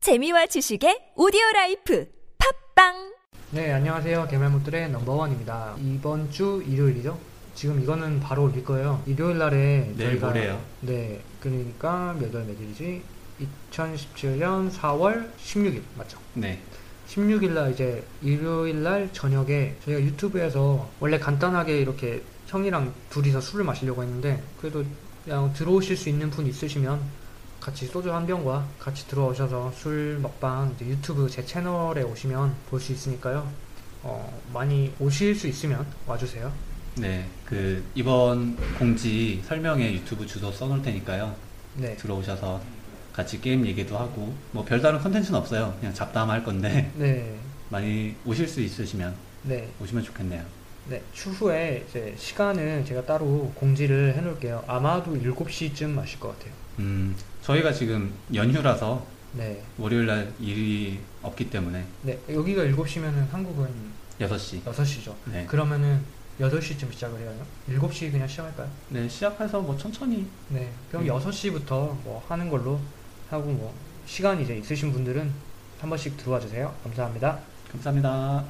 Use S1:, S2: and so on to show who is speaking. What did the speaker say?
S1: 재미와 지식의 오디오 라이프 팝빵
S2: 네, 안녕하세요. 개말못들의 넘버원입니다. 이번 주 일요일이죠? 지금 이거는 바로 올릴 거예요. 일요일 날에
S3: 내일
S2: 저희가
S3: 모레요.
S2: 네, 그러니까 몇월 며칠이지? 2017년 4월 16일 맞죠?
S3: 네.
S2: 16일 날 이제 일요일 날 저녁에 저희가 유튜브에서 원래 간단하게 이렇게 형이랑 둘이서 술을 마시려고 했는데 그래도 그냥 들어오실 수 있는 분 있으시면 같이 소주 한 병과 같이 들어오셔서 술 먹방 이제 유튜브 제 채널에 오시면 볼 수 있으니까요. 어, 많이 오실 수 있으면 와주세요.
S3: 네. 그 이번 공지 설명에 유튜브 주소 써놓을 테니까요.
S2: 네.
S3: 들어오셔서 같이 게임 얘기도 하고 뭐 별다른 컨텐츠는 없어요. 그냥 잡담할 건데
S2: 네.
S3: 많이 오실 수 있으시면
S2: 네.
S3: 오시면 좋겠네요.
S2: 네, 추후에 이제 시간은 제가 따로 공지를 해놓을게요. 아마도 7시쯤 마실 것 같아요.
S3: 음, 저희가 지금 연휴라서
S2: 네.
S3: 월요일 날 일이 없기 때문에
S2: 네, 여기가 7시면은 한국은
S3: 6시.
S2: 6시죠.
S3: 네.
S2: 그러면은 8시쯤 시작을 해요. 7시 그냥 시작할까요?
S3: 네, 시작해서 뭐 천천히
S2: 네. 그럼
S3: 음.
S2: 6시부터 뭐 하는 걸로 하고 뭐 시간 이제 있으신 분들은 한 번씩 들어와 주세요. 감사합니다.
S3: 감사합니다.